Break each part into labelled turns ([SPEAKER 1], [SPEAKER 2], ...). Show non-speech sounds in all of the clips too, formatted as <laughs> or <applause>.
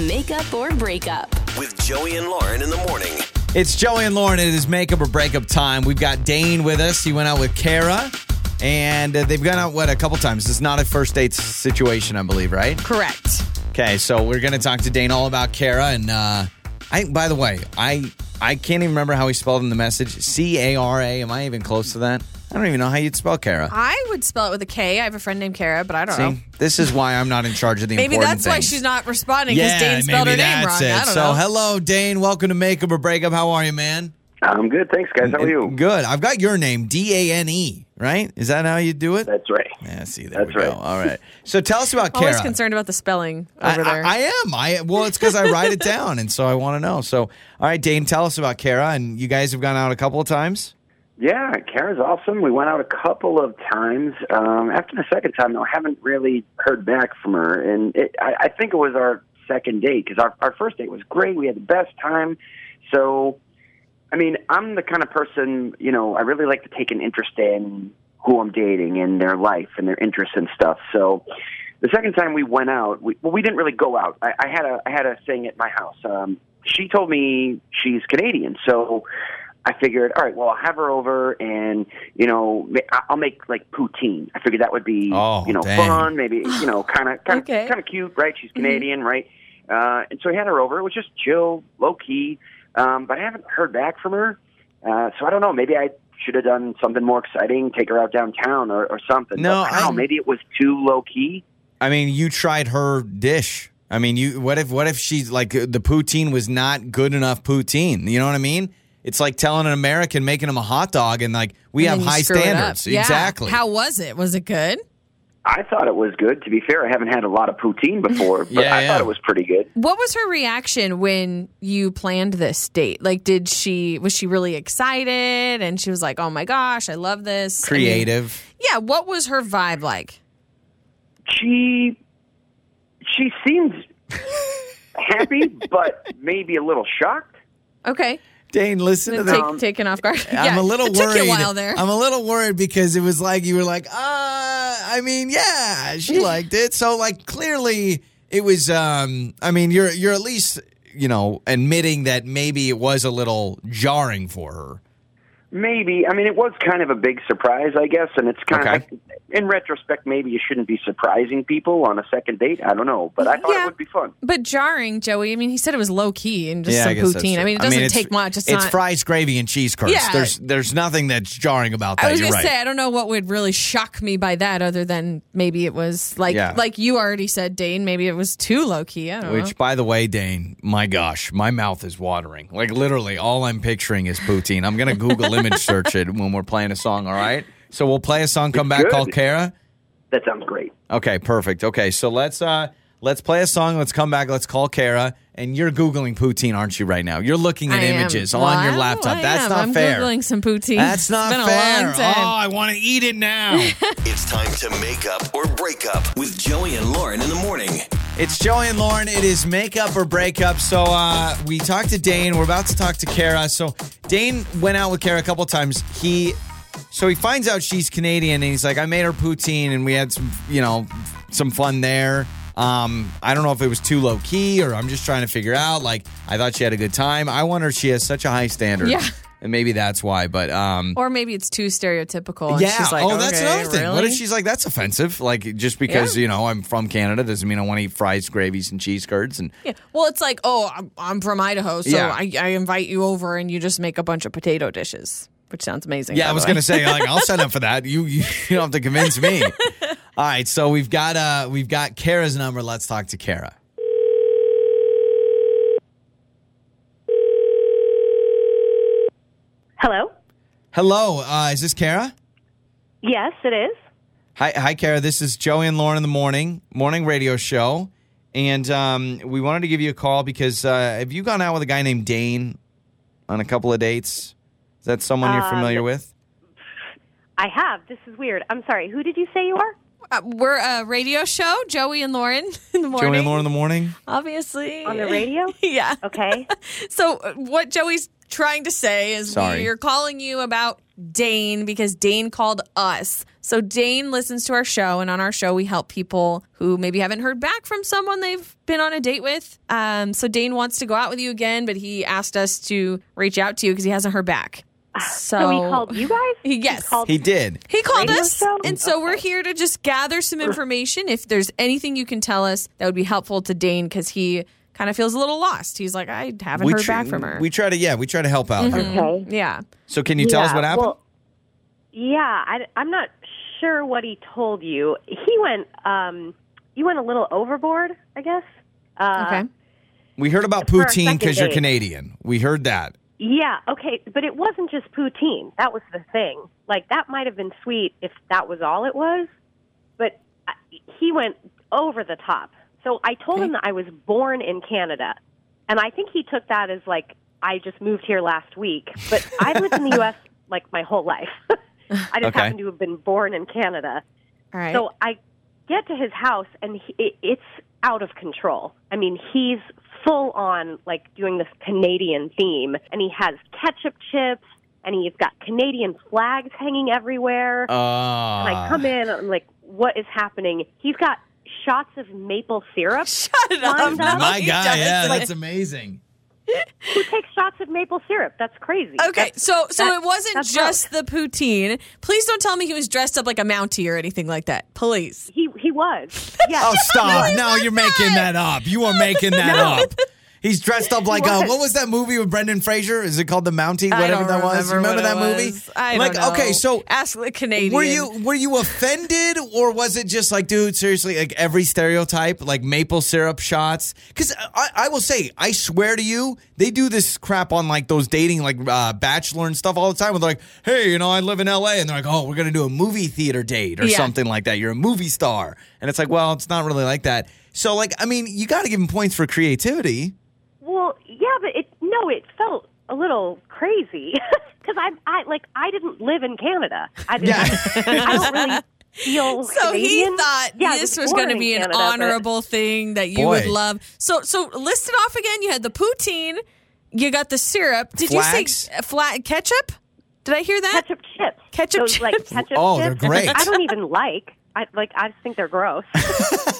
[SPEAKER 1] Makeup or breakup.
[SPEAKER 2] with Joey and Lauren in the morning.
[SPEAKER 3] It's Joey and Lauren. It is makeup or breakup time. We've got Dane with us. He went out with Kara, and uh, they've gone out what a couple times. It's not a first date situation, I believe, right?
[SPEAKER 4] Correct.
[SPEAKER 3] Okay, so we're gonna talk to Dane all about Kara, and uh, I. By the way, I I can't even remember how he spelled in the message. C A R A. Am I even close to that? I don't even know how you'd spell Kara.
[SPEAKER 4] I would spell it with a K. I have a friend named Kara, but I don't know.
[SPEAKER 3] See, this is why I'm not in charge of the
[SPEAKER 4] Maybe
[SPEAKER 3] important
[SPEAKER 4] that's why
[SPEAKER 3] things.
[SPEAKER 4] she's not responding because Dane spelled her
[SPEAKER 3] maybe
[SPEAKER 4] name
[SPEAKER 3] that's
[SPEAKER 4] wrong. I
[SPEAKER 3] It.
[SPEAKER 4] don't
[SPEAKER 3] So
[SPEAKER 4] know.
[SPEAKER 3] hello, Dane. Welcome to Makeup or Breakup. How are you, man?
[SPEAKER 5] I'm good, thanks, guys. How are you?
[SPEAKER 3] Good. I've got your name, D A N E, right? Is that how you do it?
[SPEAKER 5] That's right.
[SPEAKER 3] yeah, see, there
[SPEAKER 5] that's
[SPEAKER 3] we go.
[SPEAKER 5] right.
[SPEAKER 3] All right. So tell us about Kara.
[SPEAKER 4] <laughs> Always concerned about the spelling
[SPEAKER 3] I,
[SPEAKER 4] over there.
[SPEAKER 3] I, I am. I well, it's because I write it down, and so I want to know. So, all right, Dane, tell us about Kara. And you guys have gone out a couple of times.
[SPEAKER 5] Yeah, Kara's awesome. We went out a couple of times. Um, after the second time, though, I haven't really heard back from her, and it, I, I think it was our second date because our, our first date was great. We had the best time. So, I mean, I'm the kind of person you know I really like to take an interest in who I'm dating and their life and their interests and stuff. So. The second time we went out, we, well, we didn't really go out. I, I had a I had a thing at my house. Um, she told me she's Canadian, so I figured, all right, well, I'll have her over, and you know, ma- I- I'll make like poutine. I figured that would be,
[SPEAKER 3] Oh,
[SPEAKER 5] you know,
[SPEAKER 3] dang.
[SPEAKER 5] fun, maybe, you know, kind of, kind of,
[SPEAKER 4] Okay.
[SPEAKER 5] kind of cute, right? She's Canadian, right? Uh, and so I had her over. It was just chill, low key, um, but I haven't heard back from her, uh, so I don't know. Maybe I should have done something more exciting, take her out downtown or, or something.
[SPEAKER 3] No,
[SPEAKER 5] but I don't know.
[SPEAKER 3] I-
[SPEAKER 5] Maybe it was too low key.
[SPEAKER 3] I mean, you tried her dish. I mean, you what if what if she's like the poutine was not good enough poutine? You know what I mean? It's like telling an American making him a hot dog, and like we
[SPEAKER 4] And
[SPEAKER 3] have
[SPEAKER 4] then you
[SPEAKER 3] high
[SPEAKER 4] screw it up.
[SPEAKER 3] standards.
[SPEAKER 4] Yeah.
[SPEAKER 3] Exactly.
[SPEAKER 4] How was it? Was it good?
[SPEAKER 5] I thought it was good. To be fair, I haven't had a lot of poutine before, but
[SPEAKER 3] Yeah,
[SPEAKER 5] I
[SPEAKER 3] yeah.
[SPEAKER 5] thought it was pretty good.
[SPEAKER 4] What was her reaction when you planned this date? Like, did she was she really excited and she was like, "Oh my gosh, I love this." I mean,
[SPEAKER 3] creative?
[SPEAKER 4] yeah. What was her vibe like?
[SPEAKER 5] She she
[SPEAKER 3] <laughs>
[SPEAKER 5] seems happy, but maybe a little shocked.
[SPEAKER 4] Okay,
[SPEAKER 3] Dane, listen to that.
[SPEAKER 4] Take, taken off guard.
[SPEAKER 3] I'm
[SPEAKER 4] Yeah,
[SPEAKER 3] a little
[SPEAKER 4] it
[SPEAKER 3] worried.
[SPEAKER 4] Took you a while there.
[SPEAKER 3] I'm a little worried because it was like you were like, uh, I mean, yeah,
[SPEAKER 4] <laughs>
[SPEAKER 3] she liked it. So like clearly it was um I mean, you're you're at least, you know, admitting that maybe it was a little jarring for her.
[SPEAKER 5] Maybe I mean it was kind of a big surprise, I guess, and it's kind
[SPEAKER 3] Okay.
[SPEAKER 5] of in retrospect maybe you shouldn't be surprising people on a second date. I don't know, but I thought
[SPEAKER 4] Yeah.
[SPEAKER 5] it would be fun.
[SPEAKER 4] But jarring, Joey. I mean, he said it was low key and just some poutine. I mean, it doesn't take much. It's,
[SPEAKER 3] it's
[SPEAKER 4] not.
[SPEAKER 3] fries, gravy, and cheese curds.
[SPEAKER 4] Yeah.
[SPEAKER 3] There's there's nothing that's jarring about that.
[SPEAKER 4] I was
[SPEAKER 3] You're
[SPEAKER 4] gonna
[SPEAKER 3] right.
[SPEAKER 4] say I don't know what would really shock me by that, other than maybe it was like
[SPEAKER 3] Yeah.
[SPEAKER 4] like you already said, Dane. Maybe it was too low key. I don't know.
[SPEAKER 3] Which, by the way, Dane, my gosh, my mouth is watering. Like literally, all I'm picturing is poutine. I'm gonna
[SPEAKER 4] <laughs>
[SPEAKER 3] Google image search it when we're playing a song. All right, so we'll play a song. Come back,
[SPEAKER 5] good.
[SPEAKER 3] call Kara.
[SPEAKER 5] That sounds great.
[SPEAKER 3] Okay, perfect. Okay, so let's uh let's play a song. Let's come back. Let's call Kara. And you're googling poutine, aren't you? Right now, you're looking at
[SPEAKER 4] I am.
[SPEAKER 3] images
[SPEAKER 4] Well,
[SPEAKER 3] on
[SPEAKER 4] I
[SPEAKER 3] your
[SPEAKER 4] don't-
[SPEAKER 3] laptop.
[SPEAKER 4] I
[SPEAKER 3] That's
[SPEAKER 4] am.
[SPEAKER 3] not
[SPEAKER 4] I'm
[SPEAKER 3] fair.
[SPEAKER 4] Googling some poutine.
[SPEAKER 3] That's
[SPEAKER 4] It's
[SPEAKER 3] not
[SPEAKER 4] been
[SPEAKER 3] fair.
[SPEAKER 4] A long time.
[SPEAKER 3] Oh, I want to eat it
[SPEAKER 4] <laughs>
[SPEAKER 3] now.
[SPEAKER 2] It's time to make up or break up with Joey and Lauren in the morning.
[SPEAKER 3] It's Joey and Lauren. It is makeup or breakup. So uh, we talked to Dane. We're about to talk to Kara. So Dane went out with Kara a couple times. He so he finds out she's Canadian, and he's like, "I made her poutine, and we had some, you know, some fun there." Um, I don't know if it was too low key, or I'm just trying to figure out. Like, I thought she had a good time. I wonder if she has such a high standard.
[SPEAKER 4] Yeah.
[SPEAKER 3] and maybe that's why. But um,
[SPEAKER 4] Or maybe it's too stereotypical. And
[SPEAKER 3] yeah.
[SPEAKER 4] She's like,
[SPEAKER 3] oh, that's
[SPEAKER 4] "Okay,
[SPEAKER 3] another thing. What
[SPEAKER 4] really?"
[SPEAKER 3] if she's like, that's offensive? Like, just because you know I'm from Canada doesn't mean I want to eat fries, gravies, and cheese curds. And
[SPEAKER 4] Yeah. Well, it's like, oh, I'm, I'm from Idaho, so
[SPEAKER 3] Yeah.
[SPEAKER 4] I, I invite you over, and you just make a bunch of potato dishes, which sounds amazing.
[SPEAKER 3] yeah, I
[SPEAKER 4] by the
[SPEAKER 3] was
[SPEAKER 4] way.
[SPEAKER 3] gonna say like I'll sign up for that. You <laughs> you, you don't have to convince
[SPEAKER 4] <laughs>
[SPEAKER 3] me. All right, so we've got uh we've got Kara's number. Let's talk to Kara.
[SPEAKER 6] Hello?
[SPEAKER 3] Hello, uh, is this Kara?
[SPEAKER 6] Yes, it is.
[SPEAKER 3] Hi, hi, Kara. This is Joey and Lauren in the morning morning radio show, and um, we wanted to give you a call because uh, have you gone out with a guy named Dane on a couple of dates? Is that someone
[SPEAKER 4] Uh,
[SPEAKER 3] you're familiar with?
[SPEAKER 6] I have. This is weird. I'm sorry. Who did you say you are?
[SPEAKER 4] Uh, we're a radio show, Joey and Lauren <laughs> in the morning.
[SPEAKER 3] Joey and Lauren in the morning.
[SPEAKER 4] obviously <laughs>
[SPEAKER 6] On the radio?
[SPEAKER 4] yeah.
[SPEAKER 6] Okay.
[SPEAKER 4] Oh. So uh, what Joey's trying to say is
[SPEAKER 3] Sorry.
[SPEAKER 4] we are calling you about Dane because Dane called us. So Dane listens to our show, and on our show, we help people who maybe haven't heard back from someone they've been on a date with. Um, so Dane wants to go out with you again, but he asked us to reach out to you because he hasn't heard back. So,
[SPEAKER 6] So he called you guys?
[SPEAKER 4] He- yes.
[SPEAKER 6] He called
[SPEAKER 3] He did.
[SPEAKER 4] He called
[SPEAKER 6] Radio
[SPEAKER 4] us,
[SPEAKER 6] show?
[SPEAKER 4] and so we're here to just gather some information. If there's anything you can tell us that would be helpful to Dane, because he kind of feels a little lost. He's like, I haven't heard
[SPEAKER 3] tr-
[SPEAKER 4] back from her. Mm-hmm.
[SPEAKER 3] We try to, yeah, we try to help out. here.
[SPEAKER 6] Okay.
[SPEAKER 4] yeah.
[SPEAKER 3] So can you tell us
[SPEAKER 6] Yeah,
[SPEAKER 3] what happened?
[SPEAKER 6] well, yeah, I, am not sure what he told you. He went, um, you went a little overboard, I guess. Uh,
[SPEAKER 4] Okay.
[SPEAKER 3] we heard about
[SPEAKER 6] for our
[SPEAKER 3] poutine because
[SPEAKER 6] second
[SPEAKER 3] you're
[SPEAKER 6] date.
[SPEAKER 3] Canadian. We heard that.
[SPEAKER 6] Yeah, okay, but it wasn't just poutine. That was the thing. Like that might have been sweet if that was all it was, but I, he went over the top. So I told him that I was born in Canada, and I think he took that as like I just moved here last week. But I've lived in the U.S. like my whole life. <laughs> I just
[SPEAKER 3] Okay.
[SPEAKER 6] happen to have been born in Canada.
[SPEAKER 4] All right. <laughs>
[SPEAKER 6] So I get to his house, and he, it, it's out of control. I mean, he's full on like doing this Canadian theme, and he has ketchup chips, and he's got Canadian flags hanging everywhere.
[SPEAKER 4] Uh.
[SPEAKER 6] and I come in, and I'm like, what is happening? He's got shots of maple
[SPEAKER 4] <laughs>
[SPEAKER 6] syrup.
[SPEAKER 4] Shut up.
[SPEAKER 6] Lined up.
[SPEAKER 4] No,
[SPEAKER 3] My
[SPEAKER 4] he
[SPEAKER 3] God, yeah,
[SPEAKER 4] doesn't.
[SPEAKER 3] that's
[SPEAKER 4] <laughs>
[SPEAKER 3] amazing.
[SPEAKER 6] Who takes shots of maple syrup? That's crazy.
[SPEAKER 4] Okay, so so
[SPEAKER 6] that-
[SPEAKER 4] it wasn't
[SPEAKER 6] that's
[SPEAKER 4] just the poutine. Please don't tell me he was dressed up like a Mountie or anything like that. Please.
[SPEAKER 6] He
[SPEAKER 4] <laughs>
[SPEAKER 6] he was. Yeah.
[SPEAKER 3] Oh, stop. No, you're making that up. You are making that up. He's dressed up like uh,
[SPEAKER 6] What?
[SPEAKER 3] what was that movie with Brendan Fraser? Is it called The Mountie?
[SPEAKER 4] I
[SPEAKER 3] Whatever
[SPEAKER 4] don't
[SPEAKER 3] that was. You
[SPEAKER 4] remember
[SPEAKER 3] remember
[SPEAKER 4] what
[SPEAKER 3] that
[SPEAKER 4] it
[SPEAKER 3] movie?
[SPEAKER 4] was. I
[SPEAKER 3] like,
[SPEAKER 4] don't know.
[SPEAKER 3] okay, so
[SPEAKER 4] ask the Canadian.
[SPEAKER 3] were you were you offended or was it just like, dude, seriously, like every stereotype, like maple syrup shots? Because I, I will say, I swear to you, they do this crap on like those dating, like uh, bachelor and stuff all the time. With like, hey, you know, I live in L.A. and they're like, oh, we're gonna do a movie theater date or
[SPEAKER 4] Yeah.
[SPEAKER 3] something like that. You're a movie star, and it's like, well, it's not really like that. So, like, I mean, you got to give them points for creativity.
[SPEAKER 6] Well, yeah, but it no, it felt a little crazy <laughs> because I, I like I didn't live in Canada. I didn't. I don't really
[SPEAKER 4] <laughs>
[SPEAKER 6] feel
[SPEAKER 4] So he
[SPEAKER 6] Canadian.
[SPEAKER 4] thought
[SPEAKER 6] Yeah, I
[SPEAKER 4] this
[SPEAKER 6] was
[SPEAKER 4] was
[SPEAKER 6] born
[SPEAKER 4] going to
[SPEAKER 6] in
[SPEAKER 4] be an
[SPEAKER 6] Canada, but-
[SPEAKER 4] honorable thing that you would
[SPEAKER 3] Boy.
[SPEAKER 4] love. So so list it off again. You had the poutine, you got the syrup. Did you
[SPEAKER 3] Flags?
[SPEAKER 4] say uh, flat ketchup? Did I hear that?
[SPEAKER 6] <laughs> ketchup chips.
[SPEAKER 4] Ketchup
[SPEAKER 6] Those, like
[SPEAKER 4] chips?
[SPEAKER 6] ketchup
[SPEAKER 3] Oh, they're
[SPEAKER 6] chips.
[SPEAKER 3] great. <laughs>
[SPEAKER 6] I don't even like. I like. I just think they're gross.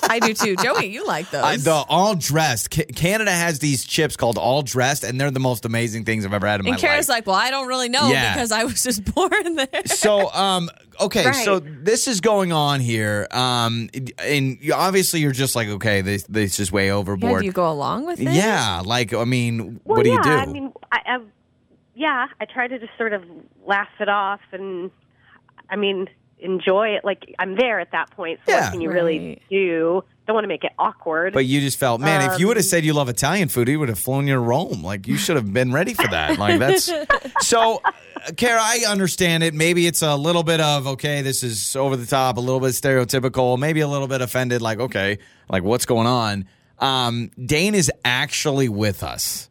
[SPEAKER 4] I do too. Joey, you like
[SPEAKER 3] <laughs>
[SPEAKER 4] those?
[SPEAKER 3] I, the all dressed Ca- Canada has these chips called all dressed, and they're the most amazing things I've ever had in
[SPEAKER 4] and
[SPEAKER 3] my
[SPEAKER 4] Kara's
[SPEAKER 3] life.
[SPEAKER 4] like, well, I don't really know
[SPEAKER 3] Yeah.
[SPEAKER 4] because I was just <laughs> born there.
[SPEAKER 3] so um okay
[SPEAKER 6] Right.
[SPEAKER 3] so this is going on here um and you- obviously you're just like okay this this is way
[SPEAKER 4] Yeah,
[SPEAKER 3] overboard
[SPEAKER 4] do you go along with it?
[SPEAKER 3] yeah like i mean
[SPEAKER 6] Well,
[SPEAKER 3] what do
[SPEAKER 6] yeah,
[SPEAKER 3] you do
[SPEAKER 6] I mean, I, I, yeah, I try to just sort of laugh it off, and I mean, enjoy it. Like I'm there at that point. So
[SPEAKER 3] Yeah.
[SPEAKER 6] what can you really
[SPEAKER 4] Right.
[SPEAKER 6] do? Don't want to make it awkward.
[SPEAKER 3] but you just felt man if you
[SPEAKER 6] um,
[SPEAKER 3] would have said you love italian food he would have flown you to rome like you should have been ready for that like
[SPEAKER 6] <laughs>
[SPEAKER 3] that's so kara i understand it maybe it's a little bit of okay this is over the top a little bit stereotypical maybe a little bit offended like okay like what's going on um dane is actually with us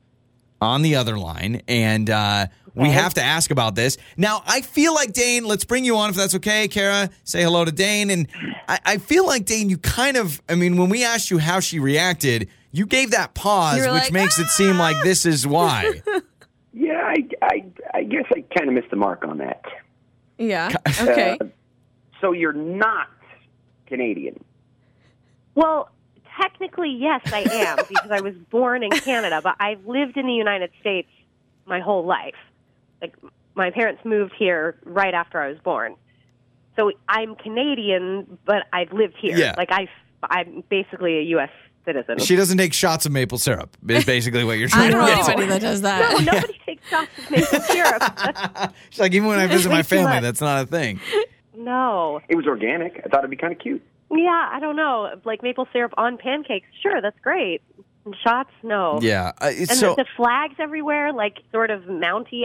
[SPEAKER 3] on the other line, and uh, we have to ask about this. Now, I feel like Dane. Let's bring you on if that's okay, Kara. Say hello to Dane, and I, I feel like Dane. You kind of, I mean, when we asked you how she reacted, you gave that pause,
[SPEAKER 4] You
[SPEAKER 3] which
[SPEAKER 4] were like, "Ah!"
[SPEAKER 3] makes it seem like this is
[SPEAKER 4] <laughs>
[SPEAKER 3] why.
[SPEAKER 5] Yeah, I, I, I guess I kind of missed the mark on that. Uh,
[SPEAKER 4] Yeah.
[SPEAKER 3] <laughs>
[SPEAKER 4] Okay.
[SPEAKER 5] So you're not Canadian.
[SPEAKER 6] Well, technically, yes, I am
[SPEAKER 3] <laughs>
[SPEAKER 6] because I was born in Canada, but I've lived in the United States my whole life. Like, my parents moved here right after I was born. So I'm Canadian, but I've lived here.
[SPEAKER 3] Yeah.
[SPEAKER 6] Like, I, I'm basically a U.S. citizen.
[SPEAKER 3] she doesn't take shots of maple syrup.
[SPEAKER 4] <laughs>
[SPEAKER 3] Is basically what you're trying
[SPEAKER 4] I don't know
[SPEAKER 3] to get
[SPEAKER 4] anybody
[SPEAKER 3] to.
[SPEAKER 4] that does that.
[SPEAKER 6] no, nobody takes shots of maple syrup. That's-
[SPEAKER 3] <laughs> She's like, even when I visit my
[SPEAKER 4] <laughs>
[SPEAKER 6] Way too
[SPEAKER 3] family,
[SPEAKER 6] much.
[SPEAKER 3] that's not a thing.
[SPEAKER 6] no.
[SPEAKER 5] It was organic. I thought it'd be kind of cute.
[SPEAKER 6] Yeah, I don't know. Like maple syrup on pancakes. Sure, that's great. And shots, no.
[SPEAKER 3] Yeah. Uh, it's
[SPEAKER 6] And
[SPEAKER 3] so
[SPEAKER 6] the, the flags everywhere, like sort of Mountie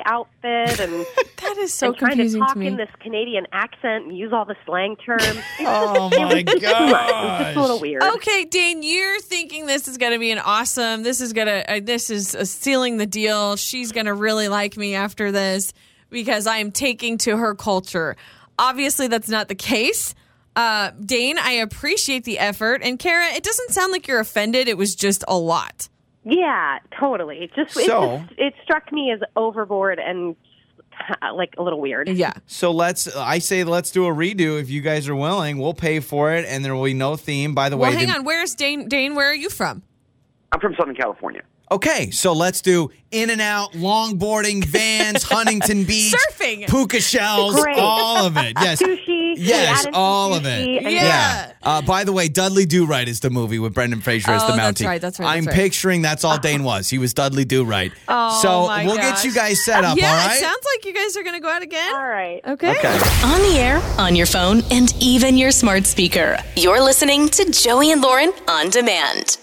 [SPEAKER 3] <laughs>
[SPEAKER 6] outfit, and,
[SPEAKER 4] <laughs> That is so
[SPEAKER 6] and trying to
[SPEAKER 4] confusing
[SPEAKER 6] talk
[SPEAKER 4] to me.
[SPEAKER 6] in this Canadian accent and use all the slang terms.
[SPEAKER 3] Oh my
[SPEAKER 6] It's just a
[SPEAKER 3] gosh.
[SPEAKER 6] little weird.
[SPEAKER 4] Okay, Dane, you're thinking this is going to be an awesome. This is going to. Uh, this is uh, sealing the deal. She's going to really like me after this because I am taking to her culture. Obviously, that's not the case. Uh, Dane, I appreciate the effort, and Kara, it doesn't sound like you're offended. It was just a lot.
[SPEAKER 6] Yeah, totally. It just,
[SPEAKER 3] So-
[SPEAKER 6] it just it struck me as overboard and uh, like a little weird.
[SPEAKER 4] Yeah.
[SPEAKER 3] So let's. I say let's do a redo if you guys are willing. We'll pay for it, and there will be no theme. By the
[SPEAKER 4] Well,
[SPEAKER 3] way,
[SPEAKER 4] hang
[SPEAKER 3] the-
[SPEAKER 4] on. Where's Dane? Dane, where are you from?
[SPEAKER 5] I'm from Southern California.
[SPEAKER 3] Okay, so let's do in and out, longboarding,
[SPEAKER 4] <laughs>
[SPEAKER 3] vans, Huntington Beach,
[SPEAKER 4] Surfing.
[SPEAKER 3] puka shells,
[SPEAKER 6] Great.
[SPEAKER 3] all of
[SPEAKER 4] <laughs>
[SPEAKER 3] it. Yes.
[SPEAKER 6] Sushi. we
[SPEAKER 3] Yes,
[SPEAKER 6] added some
[SPEAKER 3] all of
[SPEAKER 6] sushi
[SPEAKER 3] it.
[SPEAKER 6] and-
[SPEAKER 4] Yeah.
[SPEAKER 3] Uh, by the way, Dudley Do Right is the movie with Brendan Fraser as
[SPEAKER 4] Oh,
[SPEAKER 3] the Mountie.
[SPEAKER 4] that's right, that's right, that's
[SPEAKER 3] I'm
[SPEAKER 4] right.
[SPEAKER 3] picturing that's all Dane was. He was Dudley Do Right.
[SPEAKER 4] Oh,
[SPEAKER 3] so
[SPEAKER 4] my
[SPEAKER 3] we'll
[SPEAKER 4] gosh.
[SPEAKER 3] get you guys set up.
[SPEAKER 4] yeah,
[SPEAKER 3] all right.
[SPEAKER 4] it sounds like you guys are going to go out again.
[SPEAKER 6] All right.
[SPEAKER 4] Okay.
[SPEAKER 1] On the air, on your phone, and even your smart speaker. You're listening to Joey and Lauren on demand.